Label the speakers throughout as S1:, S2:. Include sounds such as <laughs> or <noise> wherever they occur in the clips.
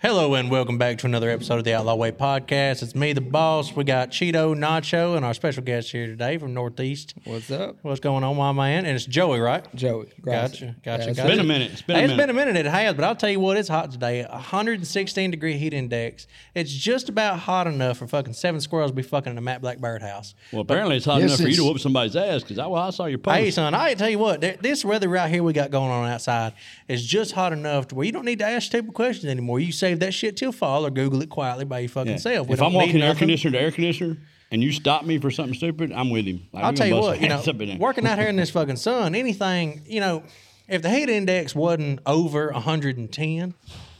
S1: Hello and welcome back to another episode of the Outlaw Way podcast. It's me, the boss. We got Cheeto, Nacho, and our special guest here today from Northeast.
S2: What's up,
S1: What's going on, my man? And it's Joey, right?
S2: Joey?
S1: Gotcha, gotcha,
S2: That's
S1: gotcha.
S2: it.
S3: Been a minute. It's been
S1: Hey,
S3: a
S1: It's
S3: minute.
S1: been a minute. It has, but I'll tell you what, it's hot today. 116 degree heat index. It's just about hot enough for fucking seven squirrels to be fucking in a Matt Black Bird house.
S3: Well, apparently it's hot
S4: Yes,
S3: enough for you to
S4: it's-
S3: whoop somebody's ass because I, well, I saw your post.
S1: Hey, son, I tell you what, th- this weather right here we got going on outside is just hot enough to where you don't need to ask stupid questions anymore. You save that shit till fall or Google it quietly by your fucking
S3: Yeah.
S1: self. We
S3: If
S1: don't
S3: I'm
S1: need
S3: walking air
S1: nothing.
S3: conditioner to air conditioner and you stop me for something stupid, I'm with him. Like,
S1: I'll
S3: we gonna
S1: tell you
S3: bust
S1: what, you
S3: ass up in
S1: know,
S3: there.
S1: working out here in this fucking sun, anything, you know, if the heat index wasn't over 110,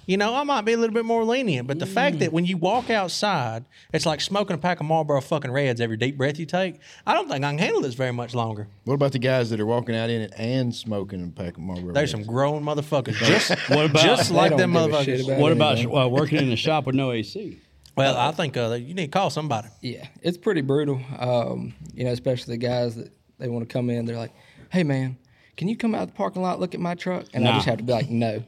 S1: you know, I might be a little bit more lenient. But the fact
S3: Mm.
S1: that when you walk outside, it's like smoking a pack of Marlboro fucking Reds every deep breath you take. I don't think I can handle this very much longer.
S4: What about the guys that are walking out in it and smoking and packing Marlboro?
S1: There's some grown motherfuckers just,
S3: <laughs> What about-
S1: just
S3: They
S1: like
S2: don't
S1: them
S2: give a shit
S1: motherfuckers.
S2: about
S3: What about
S2: anything.
S3: uh, working in a shop with no AC?
S1: well, I think uh, you need to call somebody.
S2: Yeah, it's pretty brutal. Um, you know, especially the guys that they want to come in. They're like, "Hey, man, can you come out the parking lot look at my truck?" And I
S3: Nah.
S2: just have to be like, "No,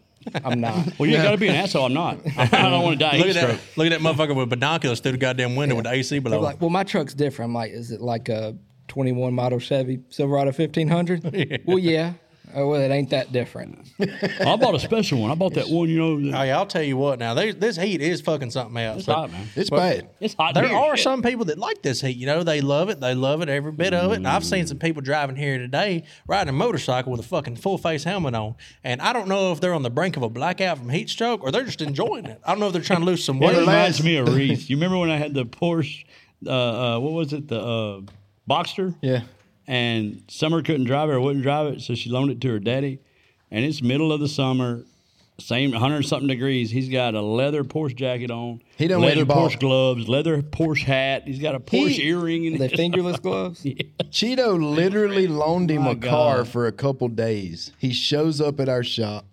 S2: I'm
S3: <laughs>
S2: not."
S3: Well, you got to be an asshole. I'm not. <laughs> I don't want to die.
S1: Look
S3: heat
S1: at that!
S3: stroke.
S1: Look at that motherfucker with binoculars through the goddamn window with the AC
S2: They're
S1: below.
S2: like, "Well, my truck's different." I'm like, "Is it like a 21 model Chevy Silverado
S3: <laughs>
S2: 1500?" Well, yeah. Oh, well, it ain't that different.
S3: I bought a special one. I bought that one. You know, that-
S1: Hey, Oh, I'll tell you what. Now, there's- this heat is fucking something else.
S3: it's hot, man.
S4: It's bad.
S3: It's hot.
S1: There
S3: dude.
S1: are some people that like this heat. You know, they love it. They love it every bit of it. And I've seen some
S3: Mm.
S1: people driving here today riding a motorcycle with a fucking full face helmet on. And I don't know if they're on the brink of a blackout from heat stroke or they're just enjoying it. I don't know if they're trying to lose
S3: <laughs>
S1: some
S3: It
S1: weight.
S3: reminds me of Reese. You remember when I had the Porsche? Uh, uh, what was it? The uh, Boxster.
S4: Yeah.
S3: and Summer couldn't drive it or wouldn't drive it, so she loaned it to her daddy. And it's middle of the summer, same hundred something degrees. He's got a leather Porsche jacket on.
S4: He done went
S3: leather
S4: and bought-
S3: Porsche gloves, leather Porsche hat. He's got a Porsche
S4: He-
S3: earring. And
S2: They fingerless gloves.
S4: Cheeto literally loaned him
S3: My
S4: a car
S3: God.
S4: for a couple days. He shows up at our shop,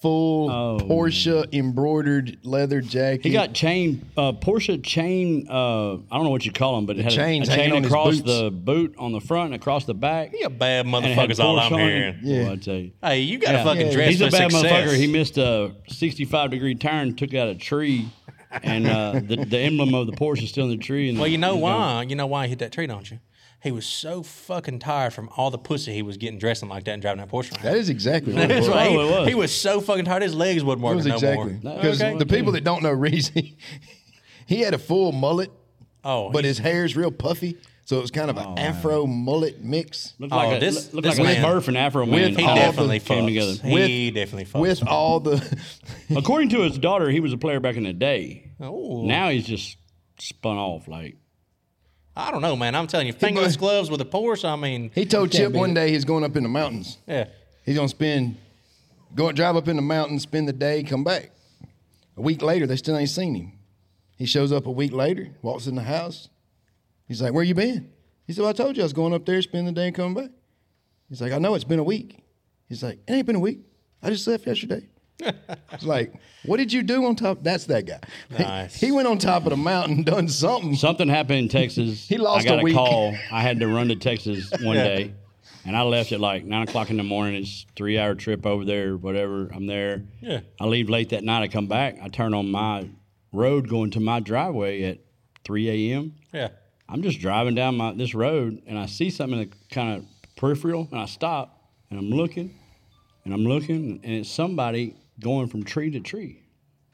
S4: full
S3: Oh,
S4: Porsche embroidered leather jacket.
S3: he got chain uh, Porsche chain. Uh, I don't know what you call them, but it had a-
S4: chains
S3: a,
S4: hanging on
S3: chain
S4: his
S3: across
S4: boots.
S3: the boot on the front and across the back.
S1: You a bad
S3: And it had
S1: motherfucker is all
S3: Porsche
S1: I'm
S3: on it.
S1: hearing.
S4: Yeah.
S3: Boy, I tell you.
S1: Hey, you got to
S3: Yeah.
S1: fucking dress
S3: He's a
S1: for
S3: bad
S1: success.
S3: motherfucker. He missed a 65 degree turn, took out a tree, and uh, the, the emblem of the Porsche is still in the tree. And
S1: well,
S4: Mm,
S1: you know why? You know why he hit that tree, don't you? He was so fucking tired from all the pussy he was getting dressing like that and driving that Porsche. around.
S4: that is exactly what
S1: <laughs>
S4: it
S1: That's
S4: was.
S1: right. He,
S3: Oh, it was.
S1: he was so fucking tired. His legs wouldn't
S4: It
S1: work
S4: was
S1: no
S4: exactly
S1: more.
S4: because
S3: Okay.
S4: the people that don't know Reese, <laughs> he, he had a full mullet,
S1: Oh,
S4: but
S1: he-
S4: his hair's real puffy, so it was kind of an afro mullet mix.
S3: Looked
S1: Oh,
S3: like a,
S1: this-
S3: looked
S1: this
S3: like a
S1: man-
S3: Smurf and Afro man.
S4: With-
S1: he
S3: all
S1: definitely
S3: came
S1: fucks.
S3: together.
S1: He definitely fucks.
S4: With all the,
S3: According to his daughter, he was a player back in the day.
S1: Oh.
S3: Now he's just spun off. Like
S1: I don't know, man. I'm telling you, fingerless gloves with a Porsche. I mean,
S4: he told Chip
S2: beat
S4: one
S2: it.
S4: day he's going up in the mountains.
S1: yeah.
S4: He's gonna spend, go drive up in the mountains, spend the day, come back. A week later, they still ain't seen him. He shows up a week later, walks in the house. He's like, "Where you been?" He said, well, "I told you I was going up there, spend the day, and coming back." He's like, "I know it's been a week." He's like, "It ain't been a week. I just left <laughs> yesterday." It's like, "What did you do on top?" That's that guy. <laughs> He-
S1: Nice.
S4: He, went on top of the mountain, <laughs> done something.
S3: something happened in Texas.
S4: He lost
S3: I got
S4: a week.
S3: call. I had to run to
S4: <laughs>
S3: Texas one day, and I left at like nine o'clock in the morning. It's three hour trip over there. Whatever. I'm there.
S1: Yeah.
S3: I leave late that night. I come back. I turn on my road going to my driveway at three a.m.
S1: Yeah.
S3: I'm just driving down my this road and I see something in the kind of peripheral and I stop and I'm looking and I'm looking and it's somebody going from tree to tree.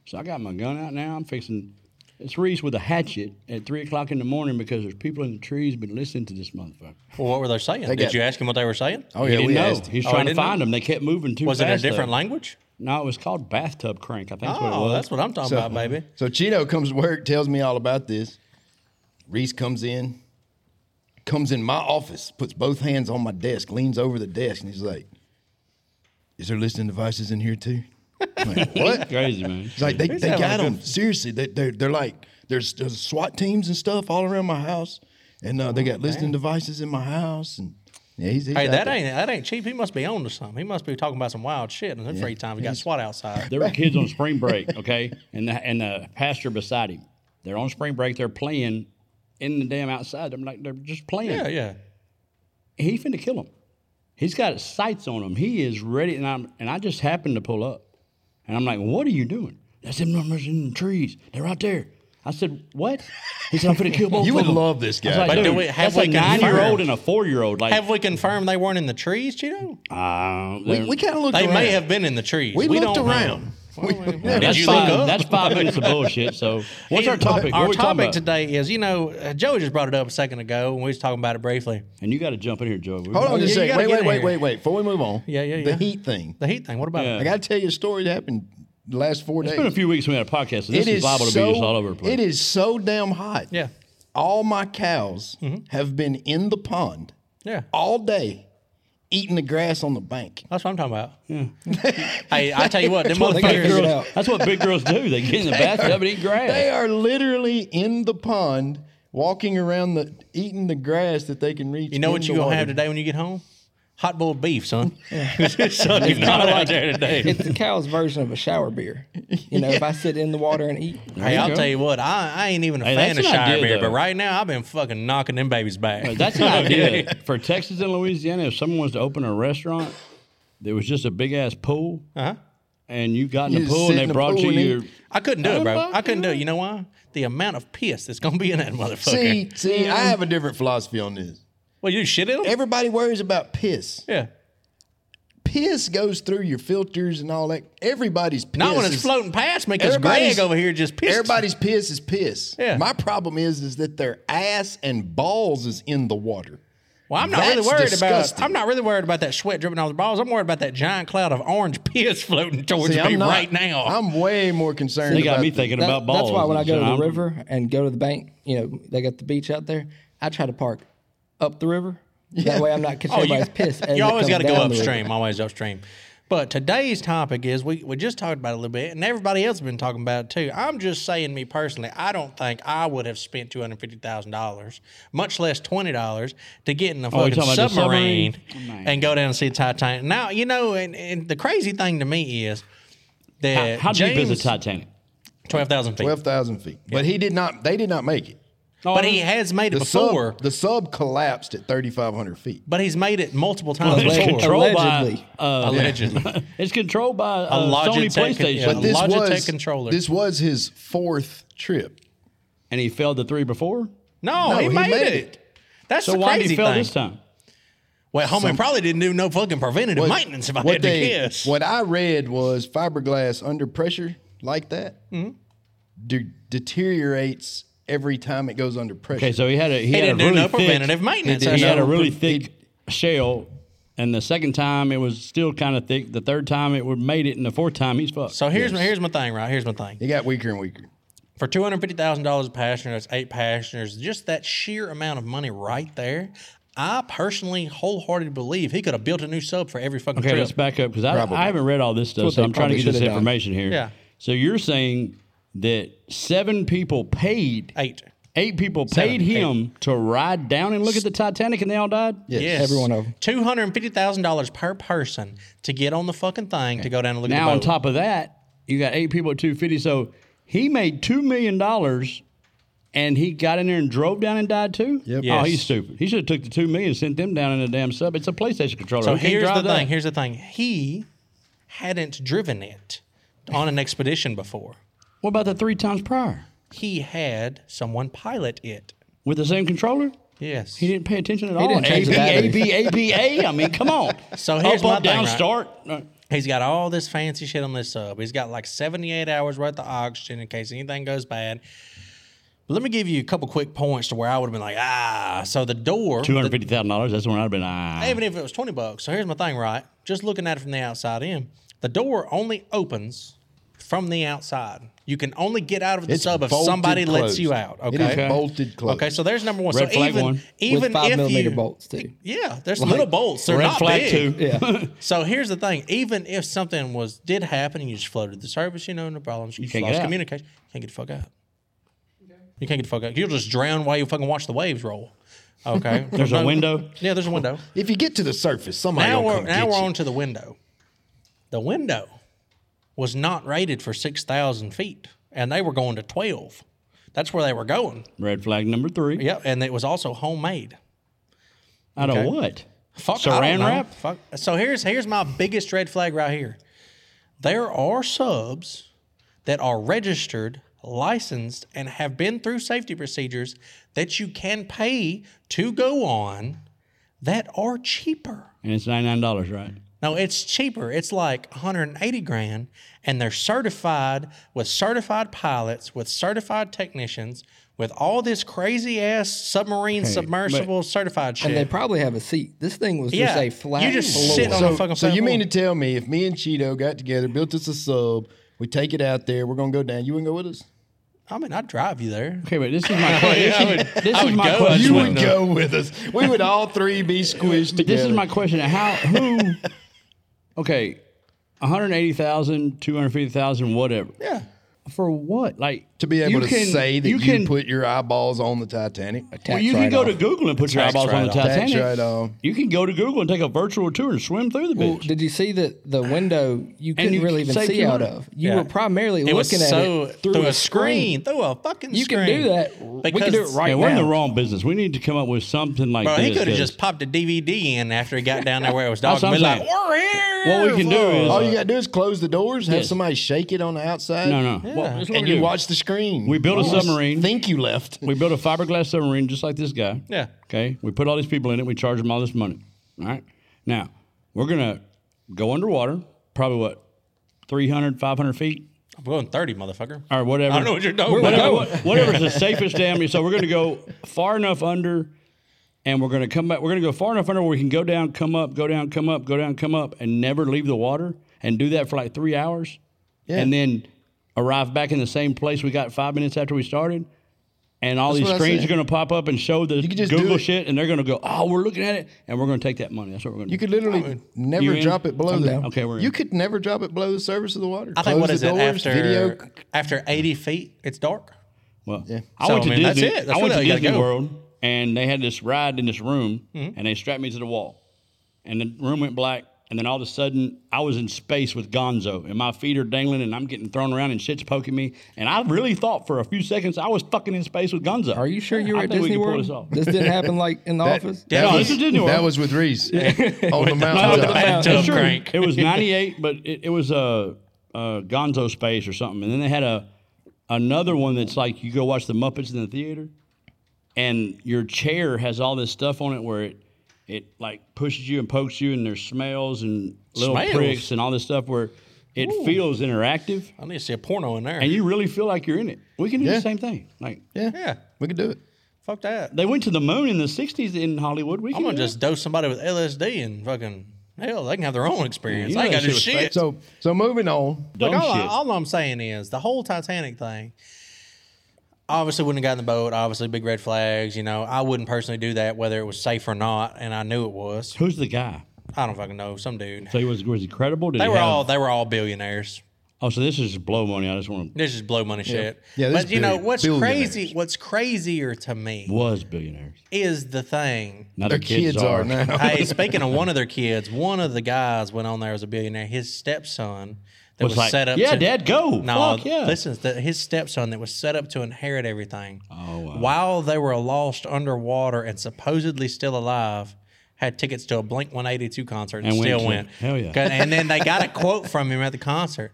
S3: So I got my gun out now. I'm fixing. It's Reese with a hatchet at three o'clock in the morning because there's people in the trees been listening to this motherfucker.
S1: Well, what were they saying? Did
S4: got-
S1: you ask him what they were saying?
S4: Oh
S3: he
S4: yeah,
S3: didn't
S4: we
S3: know.
S4: asked. him.
S3: He's
S1: Oh, he
S3: trying to
S1: didn't
S3: find them. They kept moving too
S1: Was it
S3: fast.
S1: in a
S4: uh,
S1: different
S3: though.
S1: language?
S3: No, it was called bathtub crank. I think that's what it
S1: Oh,
S3: was.
S1: that's what I'm talking about, baby.
S4: So Cheeto comes to work, tells me all about this. Reese comes in, comes in my office, puts both hands on my desk, leans over the desk, and he's like, "Is there listening devices in here too?"
S1: <laughs>
S4: I'm like, what?
S3: crazy, man.
S4: He's like, "They,
S1: He's
S4: they
S1: having a
S4: got
S1: good-
S4: them seriously. They, they're they're like there's, there's SWAT teams and stuff all around my house, and uh, they got listening devices in my house." And yeah, he's, he's
S1: Oh, Hey,
S4: out
S1: that
S4: there.
S1: ain't that ain't cheap. He must be on to something. He must be talking about some wild shit in his free time. He got SWAT outside.
S3: There were
S1: <laughs>
S3: kids on spring break, okay, and the and the pastor beside him. They're on spring break. They're playing in the damn outside. I'm like, they're just playing.
S1: Yeah, yeah.
S3: He finna kill him. He's got his sights on him. He is ready. And I'm and I just happened to pull up, and I'm like, what are you doing? That's them numbers in the trees. They're right there. I said, what? He said, I'm finna kill both
S5: You
S3: of
S5: would
S3: them.
S5: love this
S3: I was
S5: guy.
S1: But
S3: dude,
S1: do we- have
S3: that's
S1: we
S3: a nine-year-old
S1: confirmed?
S3: and a four-year-old. Like,
S1: Have we confirmed they weren't in the trees, Cheeto?
S3: uh,
S5: We, we kind of looked
S1: They
S5: around.
S1: may have been in the trees.
S5: We, looked
S1: don't know.
S5: around.
S3: That's
S1: you
S3: five.
S1: look up?
S3: That's five minutes of
S1: <laughs>
S3: bullshit. So, what's our topic? What are
S1: Our
S3: we talking
S1: topic
S3: about?
S1: today is, you know, uh, Joey just brought it up a second ago, and we was talking about it briefly.
S3: And you got to jump in here, Joe. We-
S4: Hold on,
S1: Yeah,
S4: just
S1: you
S4: a second.
S1: gotta
S4: Wait,
S1: get
S4: wait,
S1: in
S4: wait,
S1: here.
S4: wait, wait. Before we move on.
S1: Yeah, yeah,
S4: The
S1: yeah.
S4: heat thing.
S1: The heat thing. What about
S4: I
S1: it?
S4: got to tell you a story that happened the last four days.
S3: It's been a few weeks we had a podcast. So this is
S4: It is
S3: liable to
S4: so-
S3: be just all over the place.
S4: It is so damn hot.
S1: Yeah. Mm-hmm.
S4: All my cows have been in the pond
S1: Yeah.
S4: all day eating the grass on the bank.
S1: That's what I'm talking about. <laughs> hey, I tell you what, them
S2: they gotta figure it
S1: motherfuckers.
S2: out.
S3: That's what big girls do. They get in the bathtub
S2: <laughs>
S3: and eat grass.
S4: They are literally in the pond walking around the eating the grass that they can reach.
S1: You know what
S4: in
S1: you
S4: the
S1: gonna have
S4: water.
S1: today when you get home? Hot boiled beef, son. son, you've got it out there today.
S2: It's the cow's version of a shower beer. You know, if I sit in the water and eat,
S1: Hey,
S3: you
S1: I'll
S3: go.
S1: tell you what, I, I ain't even a
S3: Hey,
S1: fan
S3: that's
S1: of
S3: an
S1: Shire
S3: idea,
S1: beer,
S3: though.
S1: but right now I've been fucking knocking them babies back.
S3: That's an idea for Texas and Louisiana. If someone was to open a restaurant, there was just a big ass pool,
S1: Uh-huh.
S3: and you got in
S4: You
S3: the
S4: just
S3: pool
S4: sit
S3: and
S4: in
S3: they
S4: the
S3: brought
S4: pool
S3: you
S4: and eat.
S3: your.
S1: <laughs> I couldn't do it, bro.
S3: fuck
S1: I couldn't do it. You know why? The amount of piss that's gonna be in that motherfucker.
S4: See, see, I have a different philosophy on this.
S1: well, you shit in them?
S4: Everybody worries about piss.
S1: yeah.
S4: Piss goes through your filters and all that. Everybody's piss.
S1: Not when
S4: is-
S1: it's floating past me, because
S4: Everybody's-
S1: Greg over here just pissed.
S4: Everybody's piss is piss.
S1: Yeah.
S4: My problem is is that their ass and balls is in the water.
S1: Well, I'm not really
S4: That's
S1: worried about.
S4: disgusting.
S1: I'm not really worried about that sweat dripping on the balls. I'm worried about that giant cloud of orange <laughs> piss floating towards me
S4: I'm not-
S1: right now.
S4: I'm way more concerned.
S3: They got
S4: about
S3: me
S4: the-
S3: thinking
S2: That-
S3: about balls.
S2: That's why when I go to
S3: So
S2: the
S3: I'm-
S2: river and go to the bank, you know, they got the beach out there. I try to park up the river. That way, I'm
S1: <laughs>
S2: not catching
S1: Oh, you,
S2: everybody's piss. as
S1: you
S2: it
S1: always
S2: comes
S1: got to go
S2: down the river.
S1: upstream. Always upstream. But today's topic is we, we just talked about it a little bit, and everybody else has been talking about it too. I'm just saying, me personally, I don't think I would have spent two hundred fifty thousand dollars, much less twenty dollars, to get in a
S3: Oh,
S1: fucking
S3: you're talking about the
S1: submarine,
S3: submarine?
S1: and go down and see Titanic. Now you know, and, and the crazy thing to me is
S3: How,
S1: that
S3: how deep is the
S1: James-
S3: Titanic?
S1: Twelve thousand feet.
S4: twelve thousand feet. But he did not. They did not make it.
S1: But he has made it
S4: The
S1: before.
S4: sub the sub collapsed at thirty five hundred feet.
S1: But he's made it multiple times
S3: it's
S2: Alleg-
S1: before.
S3: controlled
S2: allegedly.
S3: by. Uh,
S1: Allegedly.
S3: <laughs> it's controlled by uh, Sony
S1: Logitech con-
S3: PlayStation,
S1: yeah.
S4: But this
S1: Logitech
S4: was
S1: controller.
S4: This was his fourth trip.
S3: and he failed the three before.
S1: No, he, made, it. That's
S3: So
S1: the
S3: why did
S1: crazy
S3: he fail
S1: thing.
S3: this time?
S1: Well, homie probably didn't do no fucking preventative maintenance if I had to
S4: they-
S1: guess.
S4: What I read was fiberglass under pressure like that
S1: Mm-hmm.
S4: de- deteriorates every time it goes under pressure.
S3: Okay, so he had a he,
S1: he
S3: had
S1: didn't
S3: a
S1: do
S3: really
S1: no
S3: thick-
S1: preventative maintenance.
S3: He,
S1: That's
S3: had a
S1: all.
S3: really thick shell, and the second time it was still kind of thick. The third time it would made it, and the fourth time he's fucked.
S1: so here's my here's my thing, right? Here's my thing.
S4: it got weaker and weaker.
S1: For two hundred fifty thousand dollars a passenger, that's eight passengers. Just that sheer amount of money right there. I personally wholeheartedly believe he could have built a new sub for every fucking
S3: okay,
S1: trip.
S3: let's back up because I, I haven't read all this stuff,
S2: what
S3: so
S2: they
S3: I'm trying to
S2: probably
S3: get this
S2: should have done.
S3: information here.
S1: Yeah.
S3: So you're saying that seven people paid
S1: Eight.
S3: eight people paid
S1: Seven,
S3: him to ride down and look at the Titanic, and they all died.
S4: Yes.
S2: Every one of them.
S1: Two hundred and fifty thousand dollars per person to get on the fucking thing to go down and look
S3: Now
S1: at the boat.
S3: on top of that, you got eight people at two fifty. So he made two million dollars, and he got in there and drove down and died too. Yep. Oh,
S1: Yes.
S3: he's stupid. He should have took the two million, and sent them down in a damn sub. It's a PlayStation controller.
S1: So
S3: Who can't
S1: here's the
S3: drive
S1: thing.
S3: that?
S1: Here's the thing. He hadn't driven it on an expedition before.
S3: What about the three times prior
S1: He had someone pilot it.
S3: with the same controller?
S1: Yes.
S3: He didn't pay attention at all.
S2: didn't change the
S3: A,
S2: batteries.
S3: B, A, B, A, B, A. I mean, come on.
S1: <laughs> So here's
S3: up,
S1: my
S3: up, down,
S1: thing, right?
S3: start. Uh,
S1: He's got all this fancy shit on this sub. He's got like 78 hours worth of oxygen in case anything goes bad. But let me give you a couple quick points to where I would have been like, ah. So the door.
S3: Two hundred fifty thousand dollars. That's when I'd have been. Ah.
S1: even if it was 20 bucks. So here's my thing, right? Just looking at it from the outside in, the door only opens from the outside. You can only get out of the
S4: It's
S1: sub if
S4: bolted
S1: somebody lets
S4: closed.
S1: you out.
S4: It
S1: Okay.
S4: is bolted closed.
S1: Okay, so there's number one.
S3: Red
S1: so
S3: flag
S1: even
S3: one.
S1: even
S2: with five
S1: if
S2: millimeter
S1: you,
S2: bolts too.
S1: yeah, there's little bolts. They're
S3: Red
S1: not
S3: flag
S1: big.
S3: two.
S2: Yeah,
S1: So here's the thing: even if something was did happen and you just floated the service, you know, no problems. You, just
S3: can't get
S1: lost
S3: out.
S1: communication. You can't get the fuck out. You can't get the fuck out. You'll just drown while you fucking watch the waves roll. Okay.
S3: <laughs> There's a
S1: no-
S3: window.
S1: Yeah, there's a window
S4: If you get to the surface, somebody
S1: now
S4: will
S1: we're
S4: come
S1: now
S4: get
S1: we're
S4: you.
S1: on to the window. The window was not rated for six thousand feet, and they were going to twelve. That's where they were going.
S3: Red flag number three.
S1: Yep, and it was also homemade.
S3: Out of
S1: Okay.
S3: what?
S1: Fuck, I don't
S3: Saran
S1: know.
S3: wrap.
S1: Fuck. So here's here's my biggest red flag right here. There are subs that are registered, licensed, and have been through safety procedures that you can pay to go on that are cheaper.
S3: And it's ninety nine dollars, right?
S1: No, it's cheaper. It's like 180 grand, and they're certified with certified pilots, with certified technicians, with all this crazy ass submarine submersible certified shit.
S2: And they probably have a seat. This thing was just
S1: Yeah.
S2: a flat
S1: You just
S2: floor.
S1: sit on- the
S4: So,
S1: fucking
S4: so you
S1: platform.
S4: mean to tell me if me and Cheeto got together, built us a sub, we take it out there, we're gonna go down. You wouldn't go with us?
S1: I mean, I'd drive you there.
S3: Okay, but this is
S4: <laughs>
S3: my question.
S1: I would-
S3: this
S1: I
S3: is
S1: would
S3: my
S1: go.
S3: question.
S1: You
S4: You
S1: would
S4: would
S1: not.
S4: go with us. We would all three be squished
S3: But this
S4: together.
S3: is my question. How who
S4: <laughs>
S3: Okay, 180,000, 250,000, whatever.
S1: Yeah.
S3: For what? Like
S4: to be
S3: you
S4: able to
S3: can-
S4: say that you,
S3: can
S4: put your eyeballs on the Titanic.
S3: well, you can go to Google and put your
S1: Tax
S3: eyeballs on the
S1: write-off.
S4: Tax
S3: Titanic.
S4: write-off.
S3: You can go to Google and take a virtual tour and swim through the
S2: Well,
S3: bitch.
S2: did you see that the window you couldn't
S3: you
S2: really even
S3: saved
S2: see
S3: your
S2: out
S3: money.
S2: of? You
S1: Yeah.
S2: were primarily
S1: It was
S2: looking at
S1: so
S2: it through, a screen.
S1: through a fucking
S2: You
S1: screen.
S2: can do that. We can do it
S1: Because-
S2: right
S3: Yeah, we're in the
S2: now.
S3: wrong business. We need to come up with something like
S1: Bro,
S3: this.
S1: he could have
S3: that-
S1: just popped a DVD in after he got down there where it was
S3: That's
S1: dog. and
S3: what
S1: be
S3: I'm
S1: like,
S3: saying.
S1: we're here.
S3: What we can do
S1: for-"
S3: is- Oh,
S4: All you gotta do is close the doors, have
S3: Yes.
S4: somebody shake it on the outside.
S3: No, no. Well, that's what
S4: And
S3: we
S4: you
S3: do.
S4: watch the screen.
S3: We built a
S4: You just
S3: submarine.
S4: Think you left.
S3: We built a fiberglass submarine just like this guy.
S1: Yeah.
S3: Okay. We put all these people in it. We charge them all this money. All right. Now, we're going to go underwater, probably what, 300, 500 feet
S1: I'm going 30, motherfucker.
S3: or whatever.
S1: I don't know what you're talking about.
S3: whatever, what- whatever's the safest dam. So we're going to go far enough under and we're going to come back. We're going to go far enough under where we can go down, come up, go down, come up, go down, come up, and never leave the water and do that for like three hours. And then arrive back in the same place we got five minutes after we started. And all
S4: That's
S3: these
S4: what I
S3: screens
S4: said.
S3: are going to pop up and show the
S4: could just do
S3: Google
S4: it.
S3: shit, and they're going to go, "Oh, we're looking at it," and we're going to take that money. That's what we're going to
S4: You
S3: do.
S4: could literally never
S3: you Oh, in?
S4: drop it below the.
S2: down.
S3: Okay, we're in.
S4: You could never drop it below the surface of the water.
S1: I think, what
S4: Close
S1: is
S4: the
S1: it,
S4: doors,
S1: after,
S4: Video.
S1: after 80 feet, it's dark?
S3: Well, I
S1: So,
S3: went to
S1: I mean, that's
S3: Disney.
S1: it. That's
S3: I went
S1: really
S3: to
S1: how you gotta
S3: Disney
S1: go. Mm-hmm.
S3: World, and they had this ride in this room, and they strapped me to the wall, and the room went black. And then all of a sudden, I was in space with Gonzo, and my feet are dangling, and I'm getting thrown around, and shit's poking me. And I really thought for a few seconds I was fucking in space with Gonzo.
S2: Are you sure you
S3: I
S2: were at
S3: think we
S2: Disney
S3: can pull
S2: World?
S3: this off.
S2: This didn't happen like in the office.
S1: Yeah,
S4: that
S1: no,
S4: was,
S1: this
S3: is Disney World.
S4: That was with
S1: <laughs>
S4: Reese
S3: <laughs>
S4: on the mountaintop.
S1: bathtub
S3: It's true.
S1: crank.
S3: It was 98, but it, it was a, uh Gonzo Space or something. And then they had a another one that's like you go watch the Muppets in the theater, and your chair has all this stuff on it where it it like pushes you and pokes you, and there's smells and little
S1: Smells?
S3: pricks and all this stuff where it feels interactive,
S1: I need to see a porno in there.
S3: and you really feel like you're in it. We can do
S4: Yeah.
S3: the same thing. Like
S4: Yeah,
S1: Yeah.
S4: we could do it.
S1: Fuck that.
S3: they went to the moon in the 60s in Hollywood. We
S1: I'm
S3: can
S1: going to
S3: do that.
S1: just dose somebody with LSD and fucking, hell, they can have their own experience.
S3: You
S1: I
S3: know
S1: ain't got
S3: that
S1: to do
S3: shit was
S1: shit.
S4: So, so moving on.
S3: dumb
S1: Like, all, I,
S3: shit.
S1: all I'm saying is the whole Titanic thing. Obviously, wouldn't have gotten the boat. Obviously, big red flags. You know, I wouldn't personally do that, whether it was safe or not, and I knew it was.
S3: Who's the guy?
S1: I don't fucking know, some dude.
S3: So he was was he credible? Did
S1: They
S3: he
S1: were
S3: have-
S1: all they were all billionaires.
S3: Oh, so this is just blow money. I just want to
S1: This is blow money shit.
S4: Yeah, this
S1: but
S4: is
S1: you know
S4: billion-
S1: what's
S4: billionaires.
S1: crazy? What's crazier to me
S3: was billionaires.
S1: is the thing.
S3: Now
S4: Their kids
S3: <laughs>
S4: are
S1: <laughs>
S4: now.
S1: hey, speaking of one of their kids, one of the guys went on there as a billionaire. His stepson that was,
S3: Was like,
S1: set up.
S3: "Yeah,
S1: to,
S3: Dad, go.
S1: No,
S3: Fuck, yeah."
S1: listen, the, his stepson that was set up to inherit everything.
S3: Oh, wow.
S1: While they were lost underwater and supposedly still alive, had tickets to a Blink One Eighty Two concert and,
S3: And went
S1: still
S3: to it.
S1: went.
S3: Hell yeah.
S1: 'Cause- And then they
S3: <laughs>
S1: got a quote from him at the concert.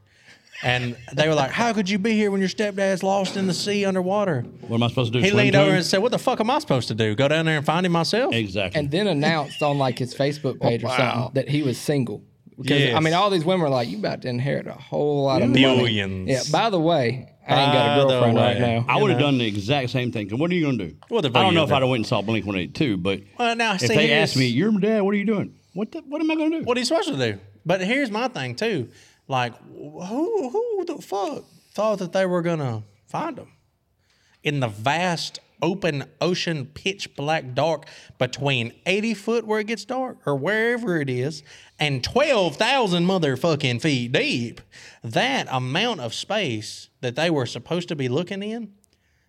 S1: And they were like, "How could you be here when your stepdad's lost in the sea underwater?"
S3: What am I supposed to do?
S1: He
S3: swim
S1: leaned
S3: to
S1: over
S3: him?
S1: and said, "What the fuck am I supposed to do? Go down there and find him myself?"
S3: exactly.
S2: And then announced on like his Facebook page or something that he was single. Because I
S1: Oh, Yes.
S2: mean, all these women are like, "You about to inherit a whole lot of
S1: Billions.
S2: Money. Yeah. By the way, I ain't
S1: By
S2: got a
S1: the
S2: girlfriend right
S1: way.
S2: now.
S3: I would have done the exact same thing. 'Cause What are you going to do?
S1: Well, the
S3: I don't
S1: video
S3: know if I'd have went and saw Blink One Eighty Two, but
S1: Well, now,
S3: if
S1: see,
S3: they
S1: here's-
S3: asked me, "You're my dad. What are you doing? What the, What am I going to do?"
S1: What are you supposed to do? But here's my thing too. Like, who who the fuck thought that they were gonna find them in the vast open ocean, pitch black dark between eighty foot where it gets dark or wherever it is, and twelve thousand motherfucking feet deep? That amount of space that they were supposed to be looking in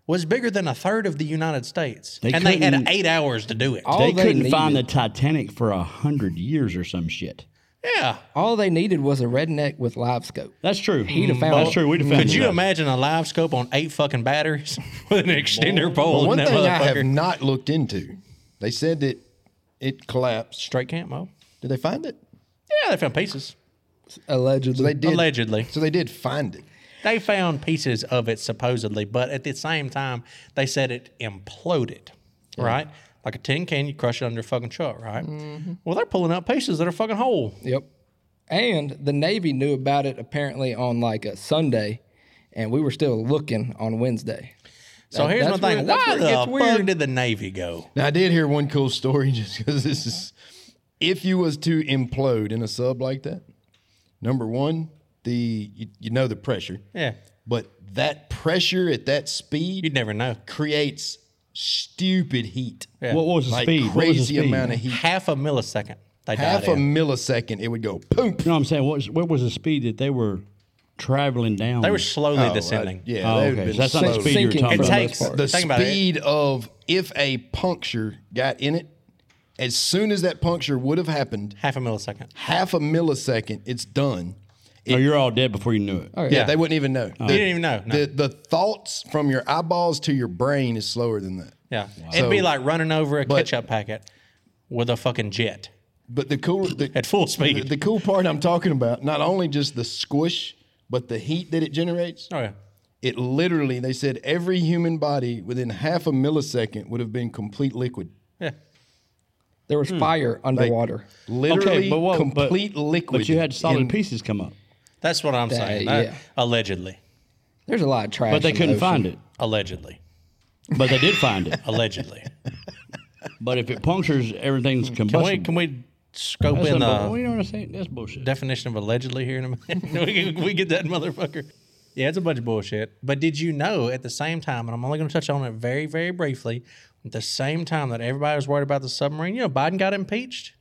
S1: was bigger than a third of the United States,
S3: They
S1: and they had
S3: couldn't-
S1: eight hours to do it.
S2: All
S3: they,
S2: they
S3: couldn't find the
S2: needed-
S3: Titanic for a hundred years or some shit.
S1: Yeah.
S2: All they needed was a redneck with live scope.
S3: That's true. He'd
S2: have found
S3: That's
S2: it.
S3: true. We'd have found
S1: Could you
S3: it.
S1: imagine a live scope on eight fucking batteries <laughs> with an extender pole?
S4: Well, one
S1: in that
S4: thing I have
S1: motherfucker?
S4: not looked into. They said that it collapsed.
S1: straight camp mo.
S4: Did they find it?
S1: Yeah, they found pieces
S2: Allegedly,
S4: They did.
S1: allegedly.
S4: So they did find it.
S1: They found pieces of it supposedly, but at the same time, they said it imploded, right? Like a tin can, you crush it under a fucking truck, right? Well, they're pulling up pieces that are fucking whole.
S2: Yep. And the Navy knew about it apparently on like a Sunday, and we were still looking on Wednesday.
S1: So
S2: That-
S1: here's my
S2: that's where-
S1: thing:
S2: that's
S1: Why
S2: where it
S1: the
S2: gets
S1: fuck
S2: weird.
S1: did the Navy go?
S4: Now, I did hear one cool story <laughs> just because this is if you was to implode in a sub like that, number one, the you, you know the pressure.
S1: Yeah,
S4: But that pressure at that speed
S1: you'd never know.
S4: creates stupid heat.
S1: Yeah.
S3: What was the
S4: Like
S3: speed? What was the
S4: crazy
S3: speed?
S4: amount of heat.
S1: Half a millisecond. They
S4: Half
S1: died
S4: a
S1: in.
S4: millisecond, it would go poof.
S3: You know what I'm saying? What was, what was the speed that they were traveling down?
S1: They were slowly
S4: Oh, I-
S1: descending.
S4: yeah,
S3: Oh,
S4: they
S3: okay.
S4: would've
S3: So that's not the
S4: slowly-
S3: speed you're
S2: Sinking
S3: talking
S2: for
S1: It
S2: the
S3: about.
S1: takes
S2: most part.
S4: the
S1: Think about it.
S4: speed of if a puncture got in it, as soon as that puncture would have happened,
S1: Half a millisecond.
S4: half a millisecond, it's done.
S3: Oh, you're all dead before you knew it.
S4: Yeah, they wouldn't even know. The,
S1: You didn't even know, no.
S4: The, the thoughts from your eyeballs to your brain is slower than that.
S1: Yeah, it'd be
S4: So-
S1: like running over a
S4: but-
S1: ketchup packet with a fucking jet
S4: But the cool the,
S1: at full
S4: the,
S1: speed.
S4: the cool part I'm talking about, not only just the squish, but the heat that it generates.
S1: oh yeah.
S4: It literally, they said every human body within half a millisecond would have been complete liquid.
S1: Yeah.
S2: There
S1: Hmm.
S2: was fire underwater.
S4: Literally
S3: but what- but-
S4: complete liquid.
S3: But you had solid
S4: in-
S3: pieces come up,
S1: That's what I'm saying. That-
S2: yeah.
S1: Allegedly.
S2: There's a lot of trash.
S3: but they
S2: in the
S3: couldn't
S2: ocean.
S3: find it.
S1: Allegedly.
S3: But they did find it. <laughs>
S1: Allegedly.
S3: But if it punctures, everything's
S1: can
S3: combustible.
S1: we can we scope
S3: That's
S1: in
S3: unbe- well,
S1: the
S3: you know what I'm saying? That's bullshit.
S1: definition of allegedly here in a minute? <laughs> Can we, can we get that motherfucker. Yeah, it's a bunch of bullshit. But did you know at the same time, and I'm only going to touch on it very, very briefly, at the same time that everybody was worried about the submarine, you know, Biden got impeached?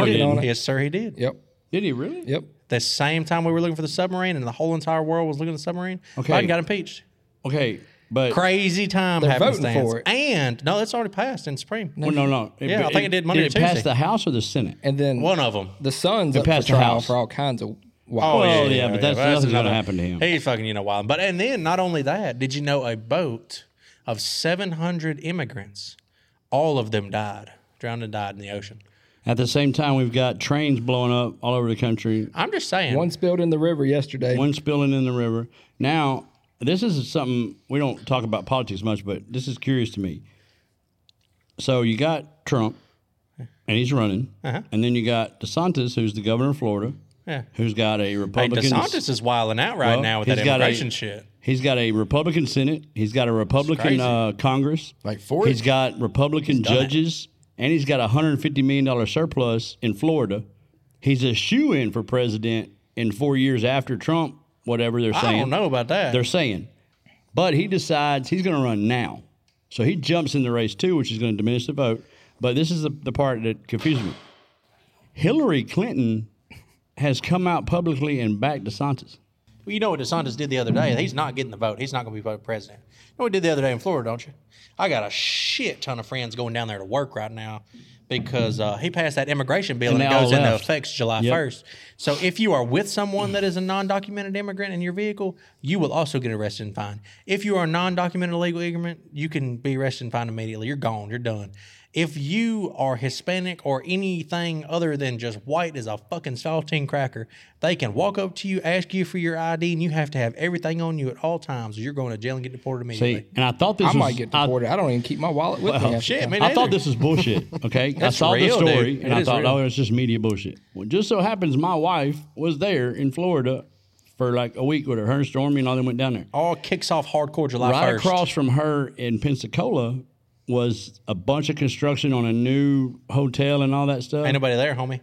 S2: They
S3: he
S2: did
S3: didn't.
S2: on it.
S1: Yes, sir, he did.
S2: Yep.
S3: Did he really?
S2: Yep.
S1: The same time we were looking for the submarine and the whole entire world was looking at the submarine,
S3: Okay.
S1: Biden got impeached.
S3: Okay, but
S1: Crazy time
S2: They're
S1: happenstance.
S2: voting for it.
S1: And no, that's already passed in Supreme.
S3: well, no, no.
S1: Yeah, I think it did Monday
S3: Did
S1: or
S3: it pass
S1: Tuesday.
S3: the House or the Senate?
S2: And then
S1: One of them.
S2: the sun's up for
S3: passed the
S2: trial
S3: house.
S2: for all kinds of.
S3: Oh,
S2: Wow.
S3: yeah, but that's- nothing's gonna
S1: another-
S3: happen to him.
S1: He's fucking, you know, wild. But and then not only that, did you know a boat of 700 immigrants, all of them died, drowned and died in the ocean.
S3: At the same time, we've got trains blowing up all over the country.
S1: I'm just saying.
S2: One spilled in the river yesterday.
S3: One spilling in the river. Now, this is something we don't talk about politics much, but this is curious to me. So you got Trump, and he's running, and then you got DeSantis, who's the governor of Florida,
S1: Uh-huh. Yeah.
S3: who's got a
S1: hey,
S3: Republican.
S1: DeSantis is wilding out right
S3: Oh, Well,
S1: now with
S3: he's
S1: that
S3: got a-
S1: immigration shit.
S3: He's got a Republican Senate. He's got a
S1: crazy.
S3: Republican uh, Congress.
S4: Like four?
S3: He's got Republican judges, and he's got a hundred fifty million dollar surplus in Florida. He's a shoe in for president in four years after Trump. Whatever they're saying,
S1: I don't know about that.
S3: They're saying, but he decides he's going to run now, so he jumps in the race too, which is going to diminish the vote. But this is the, the part that confuses me. Hillary Clinton has come out publicly and backed DeSantis.
S1: Well, you know what DeSantis did the other day? He's not getting the vote. He's not going to be voted president. You know what he did the other day in Florida, don't you? I got a shit ton of friends going down there to work right now because uh, he passed that immigration bill and,
S3: And
S1: it
S3: they all
S1: goes into
S3: left.
S1: effect July
S3: Yep.
S1: 1st. So if you are with someone that is a non-documented immigrant in your vehicle, you will also get arrested and fined. If you are a non-documented illegal immigrant, you can be arrested and fined immediately. You're gone. You're done. If you are Hispanic or anything other than just white as a fucking saltine cracker, they can walk up to you, ask you for your ID, and you have to have everything on you at all times, or you're going to jail and get deported immediately.
S3: See, and I thought this
S2: I
S3: was,
S2: might get deported. I, don't even keep my wallet with me. half the
S1: shit,
S2: time.
S1: man.
S3: I, I
S1: either.
S3: thought this was bullshit.
S1: <laughs>
S3: Okay, I
S1: It's
S3: saw the
S1: real,
S3: story
S1: dude. It
S3: and I
S1: is
S3: thought,
S1: real.
S3: oh, it's just media bullshit. Well, just so happens my wife was there in Florida for like a week with her. Her and Stormy and all them went down there.
S1: all kicks off hardcore July
S3: Right
S1: 1st.
S3: across from her in Pensacola was a bunch of construction on a new hotel and all that stuff.
S1: Ain't nobody there, homie.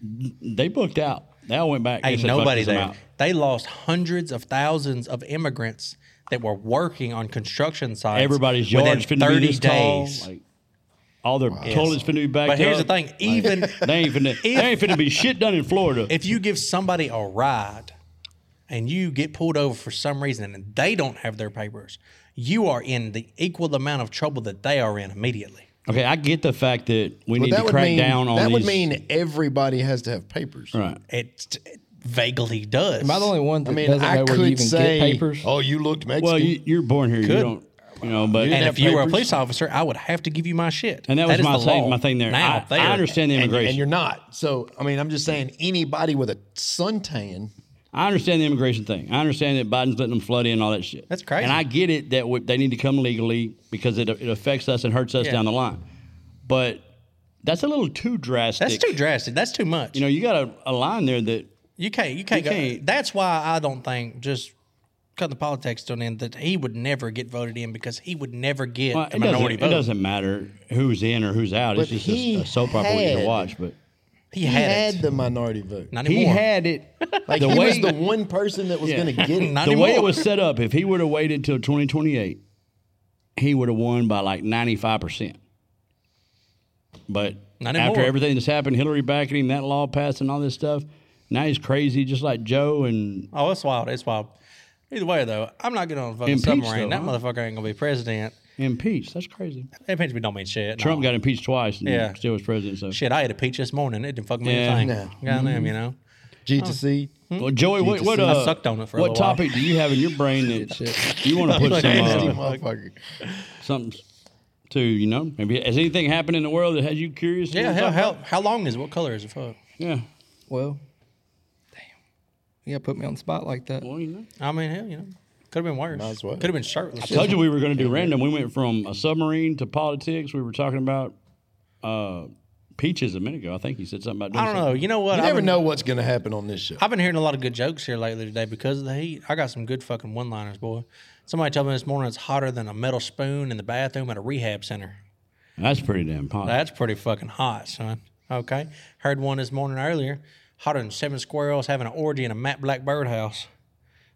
S3: they booked out. They all went back. They
S1: Ain't
S3: said, "Fuck
S1: nobody
S3: this, I'm
S1: there.
S3: out."
S1: They lost hundreds of thousands of immigrants that were working on construction sites.
S3: Everybody's
S1: within
S3: yards finna be this tall. Like, all their toilets finna be back.
S1: but here's the thing: even
S3: <laughs> They ain't
S1: <laughs>
S3: finna, they ain't finna be shit done in Florida.
S1: if you give somebody a ride and you get pulled over for some reason and they don't have their papers, you are in the equal amount of trouble that they are in immediately.
S3: Okay, I get the fact that we
S4: But
S3: need
S4: that
S3: to
S4: would
S3: crack
S4: mean
S3: down on
S4: that
S3: these.
S4: would mean everybody has to have papers.
S3: right.
S1: It, it vaguely does.
S2: Am I the only one that
S4: I mean,
S2: doesn't
S4: I
S2: know where you
S4: could
S2: even
S4: say,
S2: get papers?
S4: "Oh, you looked Mexican."
S3: Well, you, you're born here. You don't, you know, but
S1: and
S4: didn't
S3: and,
S4: have
S1: if you were a
S4: papers?
S1: police officer, I would have to give you my shit.
S3: that was
S1: is
S3: my
S1: the
S3: thing.
S1: law.
S3: My thing there.
S1: Now,
S3: I,
S1: there.
S3: I understand the
S4: and,
S3: immigration.
S4: and you're not. So, I mean, I'm just saying anybody with a suntan
S3: I understand the immigration thing. I understand that Biden's letting them flood in and all that shit.
S1: That's crazy.
S3: And I get it that we, they need to come legally because it, it affects us and hurts us
S1: Yeah.
S3: down the line. But that's a little too drastic.
S1: That's too drastic. That's too much.
S3: You know, you got a, a line there that
S1: You can't. You can't.
S3: You
S1: go,
S3: can't.
S1: That's why I don't think just cut the politics to an end that he would never get voted in because he would never get
S3: well,
S1: a
S3: it,
S1: minority
S3: doesn't, it
S1: vote.
S3: doesn't matter who's in or who's out.
S4: But
S3: It's just a,
S4: he
S3: a soap opera we can
S4: had-
S3: watch. But
S1: he
S4: He
S1: had,
S4: had
S1: it.
S4: the minority vote.
S1: Not
S3: he
S1: anymore.
S3: had it.
S1: <laughs>
S4: Like
S3: the
S4: he
S3: way
S4: was the one person that was
S3: Yeah.
S4: going to get it.
S1: Not
S3: the way it
S1: anymore.
S3: was set up, if he would have waited till 2028, he would have won by like 95%. But
S1: Not
S3: after
S1: anymore.
S3: everything that's happened, Hillary backing him, that law passed and all this stuff, now he's crazy just like Joe and
S1: Oh, it's wild. It's wild. Either way, though, I'm not getting on a fucking
S3: Impeached,
S1: submarine.
S3: though,
S1: that
S3: huh?
S1: motherfucker ain't gonna be president.
S3: impeached. That's crazy.
S1: Impeachment don't mean shit.
S3: Trump
S1: no.
S3: got impeached twice and
S1: Yeah.
S3: still was president. So,
S1: shit. I ate a peach this morning. It didn't fuck me
S3: Yeah. Mm-hmm.
S1: anything.
S4: No.
S1: Goddamn, you know.
S4: G to C.
S3: well, Joey, what,
S4: to
S3: what,
S4: see.
S1: I
S3: uh,
S1: sucked on it for a
S3: what
S1: little while.
S3: topic do you have in your
S1: <laughs>
S3: brain that you want to put some,
S4: Nasty
S3: uh,
S4: motherfucker.
S3: something to? You know, Have you- has anything happened in the world that has you curious? You
S1: Yeah,
S3: wanna
S1: hell,
S3: talk
S1: hell,
S3: about?
S1: how long is it? What color is it? Fuck.
S3: yeah.
S2: Well, damn. You got to put me on the spot like that.
S3: Well, you know.
S1: I mean, hell, you know, could have been worse.
S4: Might as well.
S1: Could have been shirtless.
S3: Told you we were going to do random. We went from a submarine to politics. We were talking about uh, peaches a minute ago. I think you said something about. Doing
S1: I don't know.
S3: something.
S1: You know what?
S4: You
S1: I've
S4: never
S1: been-
S4: know what's going to happen on this show.
S1: I've been hearing a lot of good jokes here lately today because of the heat. I got some good fucking one liners, boy. Somebody told me this morning it's hotter than a metal spoon in the bathroom at a rehab center.
S3: That's pretty damn hot.
S1: That's pretty fucking hot, son. Okay. Heard one this morning earlier. Hotter than seven squirrels having an orgy in a matte black birdhouse.